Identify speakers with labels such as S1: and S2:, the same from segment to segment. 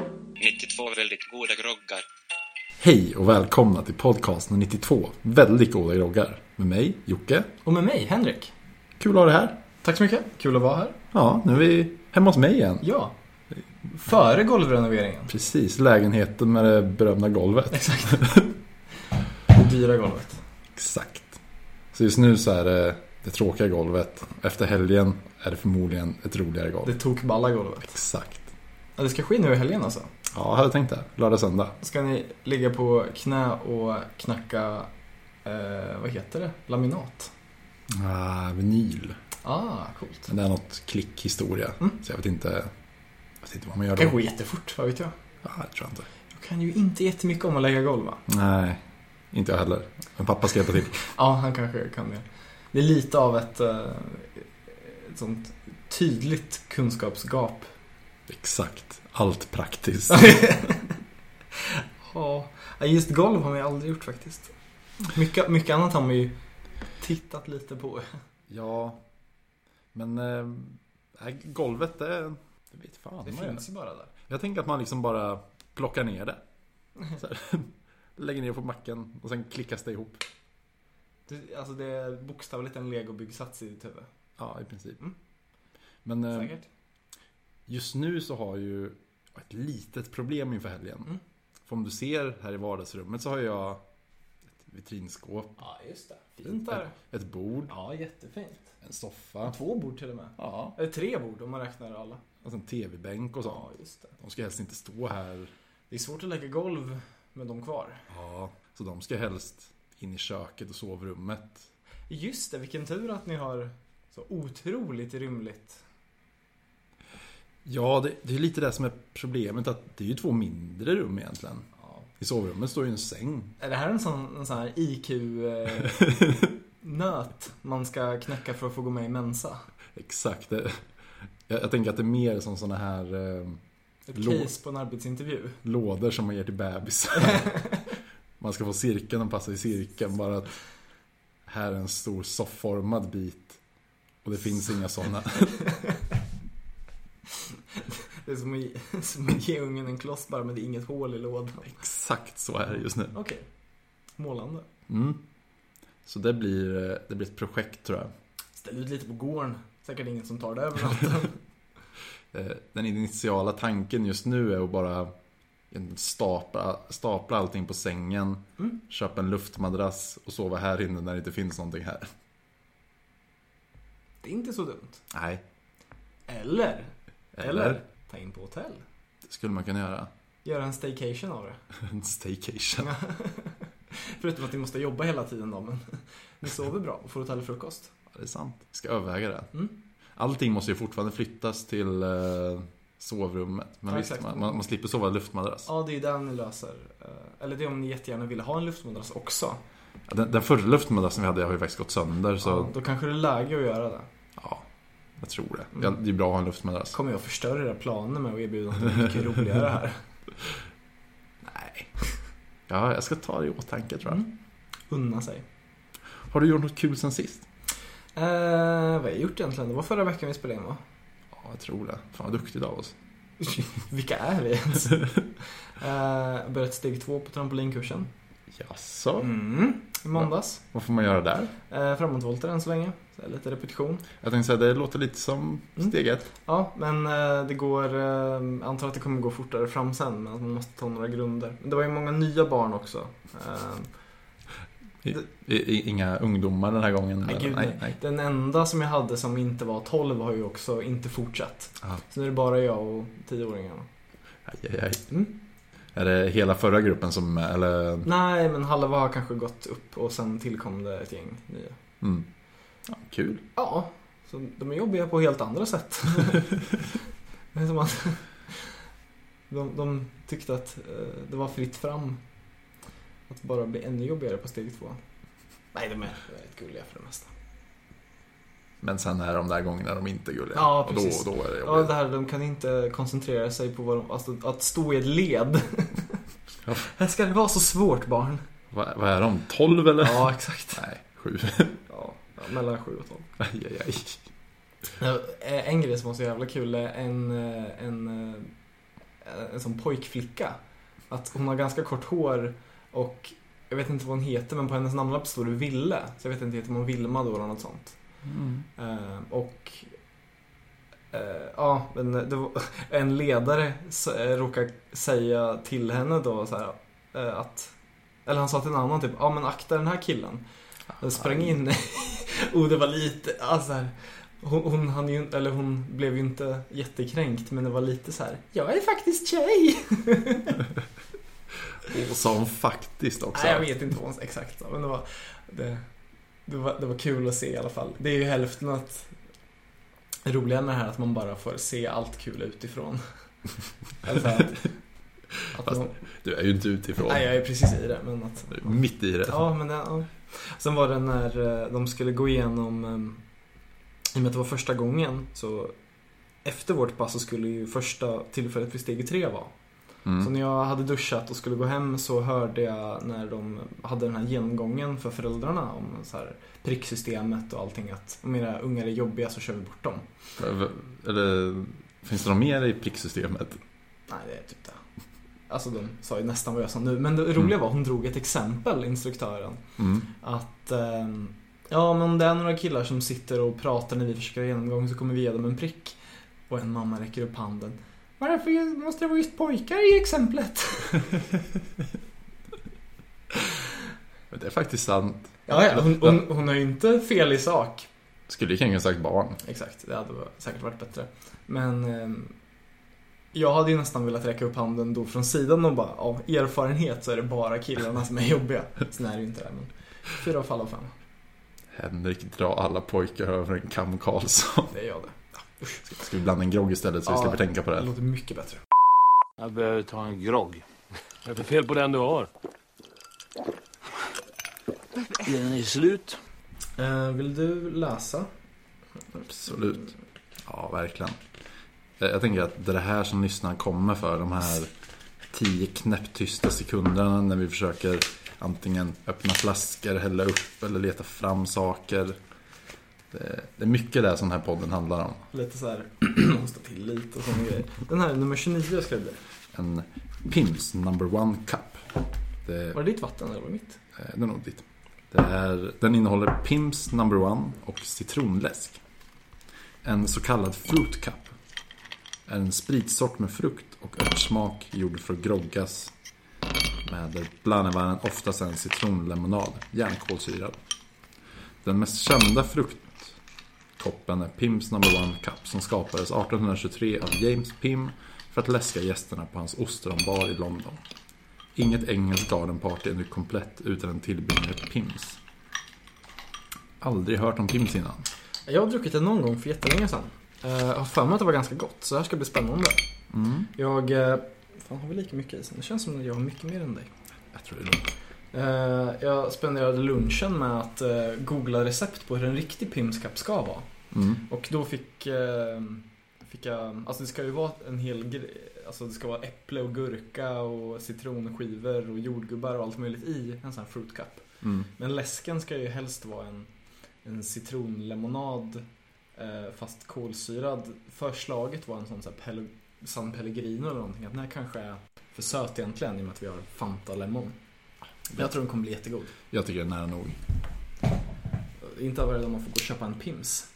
S1: 92 väldigt goda groggar.
S2: Hej och välkomna till podcasten 92, väldigt goda groggar. Med mig, Jocke.
S3: Och med mig, Henrik.
S2: Kul att ha dig här.
S3: Tack så mycket. Kul att vara här.
S2: Ja, nu är vi hemma hos mig igen.
S3: Ja. Före golvrenoveringen.
S2: Precis, lägenheten med det berömda golvet.
S3: Exakt. Det dyra golvet.
S2: Exakt. Så just nu så är det det tråkiga golvet. Efter helgen är det förmodligen ett roligare golv.
S3: Det tokballa golvet.
S2: Exakt.
S3: Ja, det ska ske nu i helgen alltså.
S2: Ja, jag hade tänkt det. Lördag, söndag.
S3: Ska ni ligga på knä och knacka, eh, vad heter det? Laminat?
S2: Ah, vinyl.
S3: Ah, coolt.
S2: Men det är något klickhistoria.
S3: Mm.
S2: Så jag vet inte. Jag vet inte vad man gör
S3: Det kan
S2: då.
S3: gå jättefort, vad vet jag.
S2: Ah, det tror jag inte.
S3: Jag kan ju inte jättemycket om att lägga golv va?
S2: Nej, inte jag heller. Men pappa typ ska hjälpa till.
S3: Ja, han kanske kan det. Det är lite av ett, eh, ett sånt tydligt kunskapsgap
S2: Exakt. Allt praktiskt.
S3: Ja, just golv har man ju aldrig gjort faktiskt. Mycket, mycket annat har man ju tittat lite på.
S2: ja, men eh, nej, golvet det, det vet fan
S3: Det
S2: vad jag
S3: finns ju bara där.
S2: Jag tänker att man liksom bara plockar ner det. Så här. Lägger ner på macken och sen klickas det ihop.
S3: Det, alltså det är bokstavligt en legobyggsats i ditt huvud.
S2: Ja, i princip.
S3: Mm.
S2: Men eh,
S3: Säkert.
S2: just nu så har ju jag ett litet problem inför helgen.
S3: Mm.
S2: För om du ser här i vardagsrummet så har jag ett vitrinskåp,
S3: Ja, just det. Fint där.
S2: ett bord,
S3: Ja, jättefint.
S2: en soffa.
S3: Två bord till och med.
S2: Ja.
S3: Eller tre bord om man räknar alla.
S2: Och sen tv-bänk och sånt.
S3: Ja, just det.
S2: De ska helst inte stå här
S3: Det är svårt att lägga golv med dem kvar.
S2: Ja, så de ska helst in i köket och sovrummet.
S3: Just det, vilken tur att ni har så otroligt rymligt.
S2: Ja, det, det är lite det som är problemet att det är ju två mindre rum egentligen.
S3: Ja.
S2: I sovrummet står ju en säng.
S3: Är det här en sån, en sån här IQ-nöt man ska knäcka för att få gå med i Mensa?
S2: Exakt. Det, jag, jag tänker att det är mer som sådana här eh,
S3: Ett
S2: Låt.
S3: case på en arbetsintervju.
S2: lådor som man ger till bebisar. man ska få cirkeln att passa i cirkeln. Bara att här är en stor soffformad bit. Och det finns inga sådana.
S3: Det är som att, som att ge ungen en kloss bara men det är inget hål i lådan.
S2: Exakt så är det just nu.
S3: Okej. Målande.
S2: Mm. Så det blir, eh, det blir ett projekt tror jag.
S3: Ställ ut lite på gården. Säkert ingen som tar det över natten.
S2: Eh, den initiala tanken just nu är att bara stapla, stapla allting på sängen,
S3: Mm.
S2: köpa en luftmadrass och sova här inne när det inte finns någonting här.
S3: Det är inte så dumt.
S2: Nej.
S3: Eller?
S2: Eller?
S3: Ta in på hotell.
S2: Det skulle man kunna göra.
S3: Göra en staycation av det.
S2: En staycation.
S3: Förutom att ni måste jobba hela tiden då men ni sover bra och får hotellfrukost.
S2: Ja, det är sant. Ska överväga det.
S3: Mm.
S2: Allting måste ju fortfarande flyttas till eh, sovrummet. Men
S3: Ja,
S2: visst,
S3: exakt.
S2: man, man, man slipper sova i luftmadrass.
S3: Ja, det är ju där ni löser. eh, Eller det är om ni jättegärna vill ha en luftmadrass också.
S2: Ja, Den, den förra luftmadrassen vi hade har ju faktiskt gått sönder så
S3: Ja,
S2: ja,
S3: då kanske det är läge att göra det.
S2: jag tror det.
S3: Mm.
S2: Ja, det är bra att ha en luftmadrass.
S3: Kommer jag förstöra era planer med att erbjuda något mycket roligare här?
S2: Nej. Ja, jag ska ta det i åtanke tror jag.
S3: Mm. Unna sig.
S2: Har du gjort något kul sen sist?
S3: Eh, vad har jag gjort egentligen? Det var förra veckan vi spelade in va?
S2: Ja, jag tror det. Fan vad duktigt av oss.
S3: Vilka är vi ens? Eh, börjat steg två på trampolinkursen.
S2: Jaså?
S3: Mm. I måndags.
S2: Vad får man göra där?
S3: Uh, framåtvolter än så länge. Så här, lite repetition.
S2: Jag tänkte säga, det låter lite som
S3: Mm.
S2: steg ett.
S3: Ja, men eh, det går... Uh, antar att det kommer gå fortare fram sen, men att man måste ta några grunder. Men det var ju många nya barn också. Eh,
S2: I, i, inga ungdomar den här gången?
S3: Nej,
S2: eller?
S3: gud,
S2: Mm. nej. nej.
S3: den enda som jag hade som inte var 12 har ju också inte fortsatt.
S2: Ja.
S3: Så nu är det bara jag och 10-åringarna.
S2: Aj, aj, aj.
S3: Mm.
S2: Är det hela förra gruppen som, eller?
S3: Nej, men halva har kanske gått upp och sen tillkom det ett gäng nya.
S2: Mm. Ja, kul.
S3: Ja, så de är jobbiga på helt andra sätt. det är som att de, de tyckte att eh, det var fritt fram att bara bli ännu jobbigare på steg två. Nej, de är väldigt gulliga för det mesta.
S2: Men sen är de där gångerna de inte är gulliga.
S3: Ja,
S2: Och
S3: precis.
S2: då, då är det
S3: Ja, det
S2: jobbigt.
S3: här, de kan inte koncentrera sig på vad de, alltså, att stå i ett led.
S2: Ja.
S3: Här ska det vara så svårt barn.
S2: Vad, vad är de? 12 eller?
S3: Ja, exakt.
S2: Nej, 7.
S3: Ja, ja, mellan sju och tolv.
S2: Aj, aj, aj.
S3: Ja, eh, En grej som var så jävla kul är en, eh, en, eh, eh, en sån pojkflicka. Att hon har ganska kort hår och jag vet inte vad hon heter men på hennes namnlapp står det Ville. Så jag vet inte, heter hon Vilma då eller något sånt?
S2: Mm.
S3: Eh, och eh, ja, men det var, en ledare s- eh, råkade säga till henne då så här, eh, att eller han sa till en annan typ, ja men akta den här killen. Den sprang in. oh, det var lite, alltså här, hon, hon, hann ju, eller hon blev ju inte jättekränkt men det var lite så här. jag är faktiskt tjej.
S2: Och sa hon faktiskt också.
S3: Nej, jag vet inte vad hon exakt sa men det var, det, det var, det var kul att se i alla fall. Det är ju hälften att det roliga med det här är att man bara får se allt kul utifrån. Alltså Eller så här att, att
S2: Fast-
S3: man,
S2: Du är ju inte utifrån.
S3: nej, jag är precis i det men att
S2: Du är Mitt i det.
S3: Ja, men det, ja. Sen var det när eh, de skulle gå igenom, eh, i och med att det var första gången, så efter vårt pass så skulle ju första tillfället vid steg tre vara. Så
S2: Mm.
S3: när jag hade duschat och skulle gå hem så hörde jag när de hade den här genomgången för föräldrarna om så här pricksystemet och allting att om era ungar är jobbiga så kör vi bort dem.
S2: Eh, Eller, finns det något mer i pricksystemet?
S3: Nej, det är typ det. Alltså de sa ju nästan vad jag sa nu. Men det roliga var hon drog ett exempel, instruktören.
S2: Mm.
S3: Att ehm, ja, men om det är några killar som sitter och pratar när vi försöker ha genomgång så kommer vi ge dem en prick. Och en mamma räcker upp handen. Varför måste det vara just pojkar i exemplet?
S2: Men Det är faktiskt sant.
S3: Ja, ja hon, hon, hon har ju inte fel i sak.
S2: Skulle ju kanske sagt barn.
S3: Exakt, det hade säkert varit bättre. Men ehm, jag hade ju nästan velat räcka upp handen då från sidan och bara av erfarenhet så är det bara killarna som är jobbiga. Sen är det ju inte det. Men fyra fall av fem,
S2: Henrik drar alla pojkar över en kam Karlsson.
S3: det är jag det.
S2: Ska- Ska vi blanda en grogg istället så vi
S3: Ja.
S2: slipper tänka på det?
S3: Det
S2: här?
S3: låter mycket bättre.
S4: Jag behöver ta en grogg. Vad är för fel på den du har? Den är slut.
S3: Eh, vill du läsa?
S2: Absolut. Ja, verkligen. Eh, Jag tänker att det är det här som lyssnarna kommer för. De här tio knäpptysta sekunderna när vi försöker antingen öppna flaskor, hälla upp eller leta fram saker. Det det är mycket det som den här podden handlar om.
S3: Lite så här, hosta till lite och sådana grejer. Den här nummer 29 ska det bli.
S2: En Pims number one cup. Det
S3: Var det ditt vatten eller var det mitt?
S2: Eh, Det är nog ditt. Det är, den innehåller Pims number one och citronläsk. En så kallad fruit cup. En spritsort med frukt och örtsmak gjord för att groggas med där blandaren oftast en citronlemonad, järnkolsyrad. Den mest kända fruktkoppen är Pims number one cup som skapades 1823 av James Pim för att läska gästerna på hans ostronbar i London. Inget engelskt garden party är nu komplett utan en tillbringare Pims. Aldrig hört om Pims innan.
S3: Jag har druckit det någon gång för jättelänge sedan. Eh, Jag har för mig att det var ganska gott, så det här ska bli spännande.
S2: Mm.
S3: Jag... eh, Fan, har vi lika mycket i sen? Det känns som att jag har mycket mer än dig.
S2: Jag tror det är lugnt.
S3: Eh, Jag spenderade lunchen med att eh, googla recept på hur en riktig pimskapp ska vara.
S2: Mm.
S3: Och då fick, eh, fick jag, alltså det ska ju vara en hel grej, alltså det ska vara äpple och gurka och citronskivor och jordgubbar och allt möjligt i en sån här fruit cup.
S2: Mm.
S3: Men läsken ska ju helst vara en, en citronlemonad eh, fast kolsyrad. Förslaget var en sån så här Pel- San Pellegrino eller någonting. Att den här kanske är för söt egentligen i och med att vi har Fanta Lemon. Men jag tror den kommer bli jättegod.
S2: Jag tycker det är nära nog.
S3: Inte varje dag man får gå och köpa en Pims.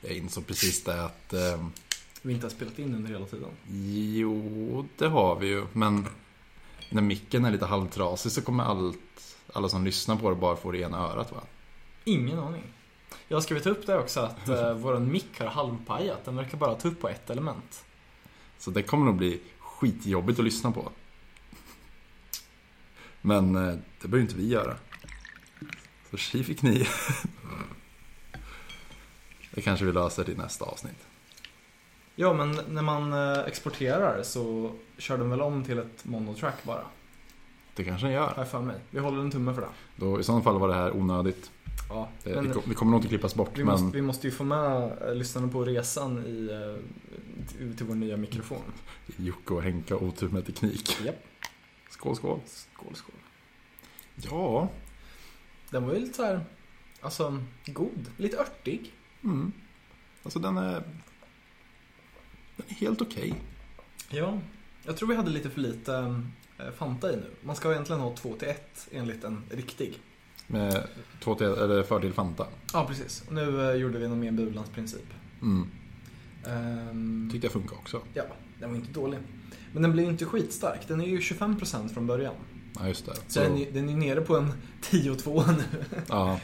S2: Jag insåg precis det att eh,
S3: Vi inte har spelat in under hela tiden.
S2: jo, det har vi ju. Men när micken är lite halvtrasig så kommer allt, alla som lyssnar på det bara få det ena örat va?
S3: Ingen aning. Jag har skrivit upp det också att eh, våran mick har halvpajat. Den verkar bara ta upp på ett element.
S2: Så det kommer nog bli skitjobbigt att lyssna på. Men eh, det behöver ju inte vi göra. Så tji fick ni. Det kanske vi löser i nästa avsnitt.
S3: Ja, men när man eh, exporterar så kör den väl om till ett monotrack bara.
S2: Det kanske den
S3: Har
S2: gör.
S3: jag för mig. Vi håller en tumme för det.
S2: Då, I sådana fall var det här onödigt.
S3: Ja,
S2: Det,
S3: men
S2: det, kom- det kommer nog inte klippas bort.
S3: vi,
S2: men
S3: måste, vi måste ju få med eh, lyssnarna på resan i, eh, till- till vår nya mikrofon.
S2: Jocke och Henka har otur med teknik.
S3: Japp.
S2: Skål, skål.
S3: Skål, skål.
S2: Ja,
S3: Den var ju lite så här Alltså, god. Lite örtig.
S2: Mm. Alltså den är... Den är helt okej.
S3: Ja. Jag tror vi hade lite för lite eh, Fanta i nu. Man ska egentligen ha två till ett enligt en riktig.
S2: Med två till, eller fördel Fanta.
S3: Ja, precis. Nu eh, gjorde vi någon mer bulans princip.
S2: Mm.
S3: Ehm,
S2: Tyckte jag funkar också.
S3: ja, den var inte dålig. Men den blir ju inte skitstark. Den är ju 25% från början.
S2: Ja, just det.
S3: Så den, är- den är nere på en 10-2 nu.
S2: Ja.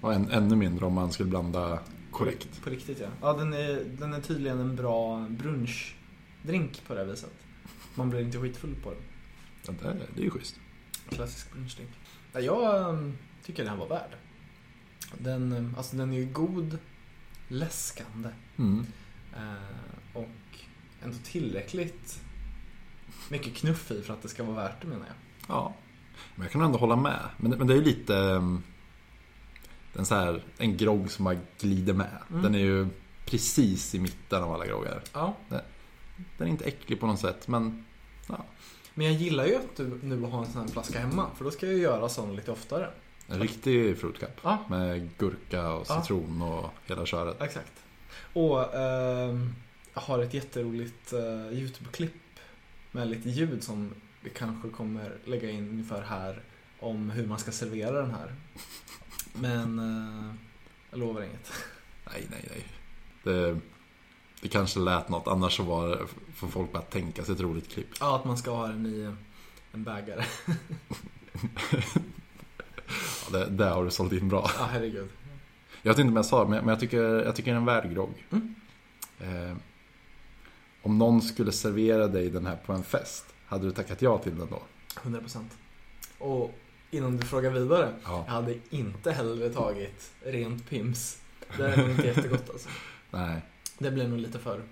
S2: Och än, ännu mindre om man skulle blanda korrekt.
S3: På riktigt ja. Ja, den är, den är tydligen en bra brunchdrink på det här viset. Man blir inte skitfull på den.
S2: Det, där, det är ju schysst.
S3: Klassisk brunchdrink. Ja, jag ehm, tycker den här var värd. Den, ehm, alltså, den är ju god, läskande
S2: Mm.
S3: eh, och ändå tillräckligt mycket knuff i för att det ska vara värt det menar jag.
S2: Ja. Men jag kan ändå hålla med. Men, men det är ju lite... ehm, Den så här, en grogg som bara glider med.
S3: Mm.
S2: Den är ju precis i mitten av alla groggar.
S3: Ja,
S2: Den är inte äcklig på något sätt, men
S3: men jag gillar ju att du nu har en sån här flaska hemma för då ska jag ju göra sån lite oftare.
S2: en riktig fruktkapp.
S3: Ja.
S2: Med gurka och
S3: Ja.
S2: citron och hela köret.
S3: Exakt. Och ehm, jag har ett jätteroligt eh, YouTube-klipp med lite ljud som vi kanske kommer lägga in ungefär här om hur man ska servera den här. Men eh, jag lovar inget.
S2: Nej, nej, nej. Det, det kanske lät något, annars så var det, får folk bara tänka sig ett roligt klipp.
S3: Ja, att man ska ha den i en bägare.
S2: Ja, det, där har du sålt in bra.
S3: Ja, herregud.
S2: Jag vet inte om jag sa det, men men jag tycker, jag tycker det är en värd grogg.
S3: Mm.
S2: Eh, om någon skulle servera dig den här på en fest, hade du tackat ja till den då?
S3: 100%. Och innan du frågar vidare. Jag
S2: Ja.
S3: hade inte hellre tagit rent pims. Det är nog inte jättegott alltså.
S2: Nej.
S3: Det blir nog lite för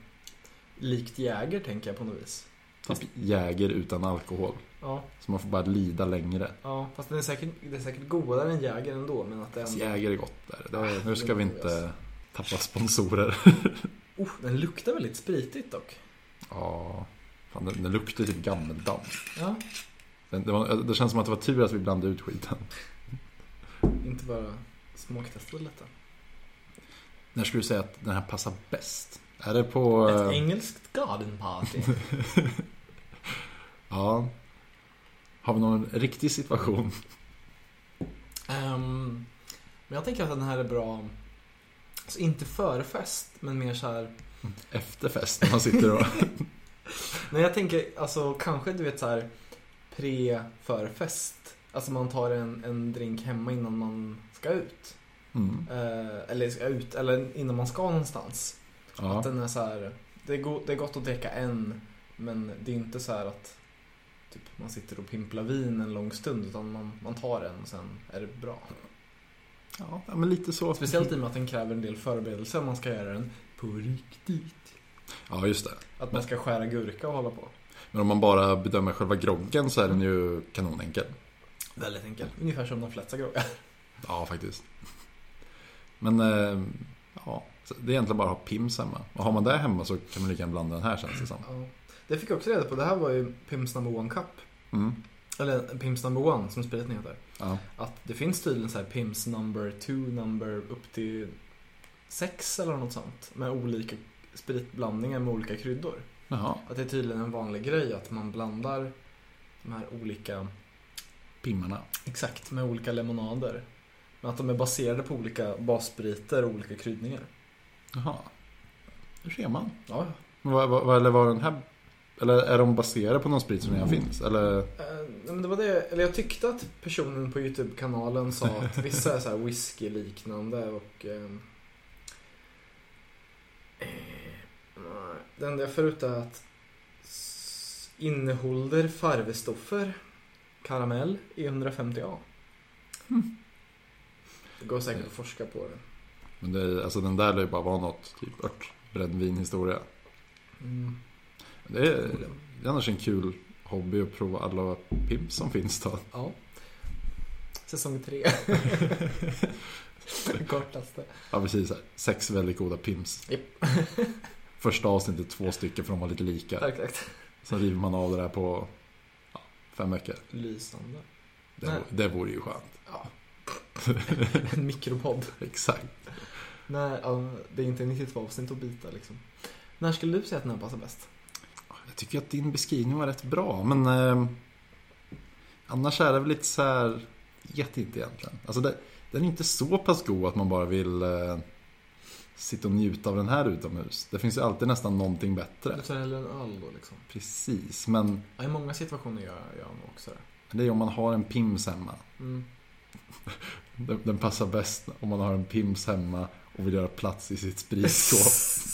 S3: likt Jäger tänker jag på något vis.
S2: Typ Jäger utan alkohol.
S3: Ja,
S2: Så man får bara lida längre.
S3: Ja, fast den är säkert, det är säkert godare än Jäger ändå, men att den...
S2: Fast Jäger är gott där. Det, nu ska vi inte tappa sponsorer.
S3: Oh, den luktar väldigt spritigt dock.
S2: Ja. Fan, den, den luktar typ gammeldamm.
S3: Ja,
S2: Den- Det, var, det känns som att det var tur att vi blandade ut skiten.
S3: inte bara smaktestade lite.
S2: När skulle du säga att den här passar bäst? Är det på...
S3: Ett
S2: eh,
S3: engelskt garden party.
S2: Ja. Har vi någon riktig situation?
S3: Ehm, men jag tänker att den här är bra, alltså inte före fest, men mer så här.
S2: Efter fest när man sitter och...
S3: Nej, jag tänker alltså kanske du vet så här pre före fest. Alltså man tar en, en drink hemma innan man ska ut.
S2: Mm.
S3: Eh, eller ska ut, eller innan man ska någonstans.
S2: Ja.
S3: Att den är så här, det, är go- det är gott att dricka en, men det är inte så här att typ, man sitter och pimplar vin en lång stund, utan man, man tar en och sen är det bra.
S2: ja, men lite så.
S3: Speciellt i och med att den kräver en del förberedelser om man ska göra den på riktigt.
S2: Ja, just det.
S3: Att man ska skära gurka och hålla på.
S2: Men om man bara bedömer själva groggen så är den ju kanonenkel.
S3: Väldigt enkelt. Ungefär som de flesta groggar.
S2: Ja, faktiskt. Men, eh, ja. så Det är egentligen bara att ha Pims hemma. Och har man det hemma så kan man lika gärna blanda den här känns det som.
S3: Ja. Det fick jag också reda på, det här var ju Pimps Number One Cup.
S2: Mm.
S3: Eller Pimps Number One som spriten heter.
S2: Ja.
S3: Att det finns tydligen så här Pimps number two, number upp till sex eller något sånt. Med olika spritblandningar med olika kryddor.
S2: Jaha.
S3: Att det är tydligen en vanlig grej att man blandar de här olika,
S2: Pimmarna.
S3: exakt, med olika lemonader. Men att de är baserade på olika basspiriter och olika kryddningar.
S2: Jaha. Hur ser man?
S3: Ja,
S2: Men vad, vad, vad, eller var den här... Eller är de baserade på någon sprit som redan finns? Eller?
S3: Eh, nej, men det var det, eller jag tyckte att personen på YouTube-kanalen sa att vissa är så här whisky-liknande och... Eh, eh, det enda jag får ut är att s- innehåller farvestoffer karamell i 150A.
S2: Hmm.
S3: Det går säkert att forska på det.
S2: Men det, är- alltså den där lär ju bara vara något typ örtbrännvinhistoria.
S3: Mm.
S2: Det är, det är annars en kul hobby att prova alla pimps som finns då.
S3: Ja. Säsong tre. Den Kortaste.
S2: Ja precis, här. sex väldigt goda pimps.
S3: Japp.
S2: Första avsnittet två stycken för de var lite lika.
S3: Perfekt.
S2: Sen river man av det där på ja, fem veckor.
S3: Lysande.
S2: Det,
S3: Nej.
S2: vore- det vore ju skönt.
S3: Ja, En mikropodd.
S2: Exakt.
S3: När, ja, det är inte 92 avsnitt att bita liksom. När skulle du säga att den här passar bäst?
S2: Jag tycker att din beskrivning var rätt bra, men eh, annars är det väl lite så här, vet inte egentligen. Alltså det, den är inte så pass god att man bara vill eh, sitta och njuta av den här utomhus. Det finns ju alltid nästan någonting bättre.
S3: Du tar hellre en öl då liksom.
S2: Precis, men
S3: Ja, I många situationer gör jag nog också det.
S2: det är om man har en pims hemma.
S3: Mm.
S2: Den, den passar bäst om man har en pims hemma och vill göra plats i sitt spritskåp.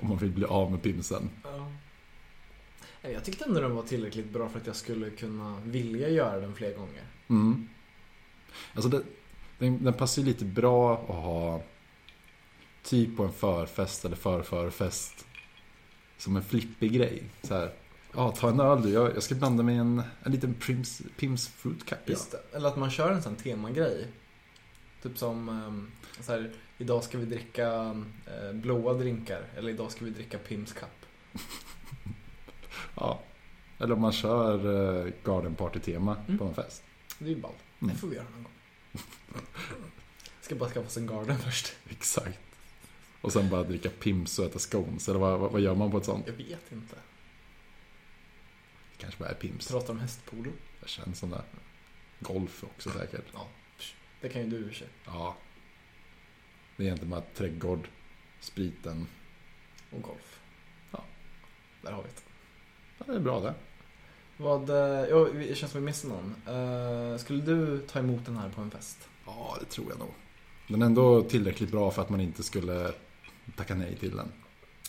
S2: om man vill bli av med pimsen.
S3: Ja. Nej, Jag tyckte ändå den var tillräckligt bra för att jag skulle kunna vilja göra den fler gånger.
S2: Mm. Alltså det, den, den passar ju lite bra att ha typ på en förfest eller förförfest. Som en flippig grej. Så här, ja ta en öl du, jag, jag ska blanda med en, en liten Prims, Pims Fruit Cup. Ja.
S3: Just det. Eller att man kör en sån temagrej. Typ som ehm, så här, idag ska vi dricka eh, blåa drinkar eller idag ska vi dricka Pims Cup.
S2: Ja. Eller om man kör eh, garden party-tema
S3: Mm.
S2: på en fest.
S3: Det är ju ballt.
S2: Mm.
S3: Det får vi göra någon gång. Ska bara skaffa oss en garden först.
S2: Exakt. Och sen bara dricka Pims och äta scones. Eller vad, vad, vad gör man på ett sånt?
S3: Jag vet inte.
S2: Det kanske bara är Pims.
S3: Prata om hästpolo.
S2: Det känns som det. Golf också säkert.
S3: Det kan ju du i och för sig.
S2: Ja. Det är egentligen bara trädgård, spriten.
S3: Och golf.
S2: Ja.
S3: Där har vi det.
S2: Ja, det är bra det.
S3: Vad, eh, ja, vi- det känns som vi missar någon. Eh, skulle du ta emot den här på en fest?
S2: Ja, det tror jag nog. Den är ändå tillräckligt bra för att man inte skulle tacka nej till den.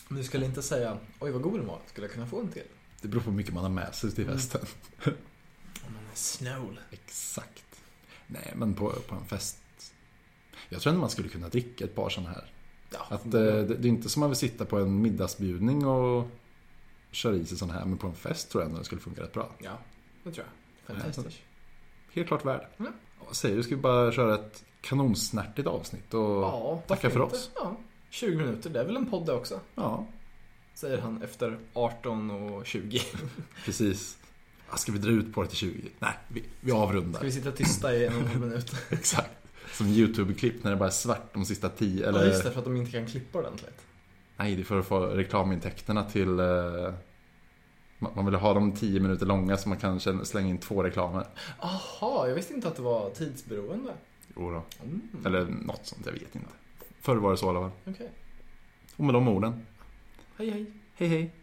S3: Du skulle inte säga oj vad god den var, skulle jag kunna få en till?
S2: Det beror på hur mycket man har med sig till
S3: Mm.
S2: festen.
S3: Om man är snål.
S2: Exakt. Nej, men på, på en fest. Jag tror ändå man skulle kunna dricka ett par sådana här.
S3: Ja.
S2: Att, eh, det, det är inte som man vill sitta på en middagsbjudning och köra i sig sån här. Men på en fest tror jag ändå det skulle funka rätt bra.
S3: Ja, det tror jag. Fantastiskt.
S2: Helt klart värd.
S3: Mm.
S2: Vad säger du? Ska vi bara köra ett kanonsnärtigt avsnitt? Och...
S3: Ja,
S2: Tacka
S3: varför
S2: för
S3: inte?
S2: oss.
S3: Ja, 20 minuter, det är väl en podd det också?
S2: ja.
S3: Säger han efter 18 och 20.
S2: Precis. Ah, Ska vi dra ut på det till 20? Nej, vi, vi avrundar.
S3: Ska vi sitta tysta i en och en halv minut?
S2: Exakt. Som YouTube-klipp när det bara är svart de sista 10.
S3: Eller...
S2: Eller...
S3: Just det, för att de inte kan klippa ordentligt.
S2: Nej, det är för att få reklamintäkterna till... eh, Man man vill ha dem 10 minuter långa så man kan känna- slänga in två reklamer.
S3: Jaha, jag visste inte att det var tidsberoende.
S2: Jo då.
S3: Mm.
S2: Eller något sånt, jag vet inte. Förr var det så i alla fall.
S3: Okej.
S2: Och med de orden,
S3: Hej hej.
S2: hej hej!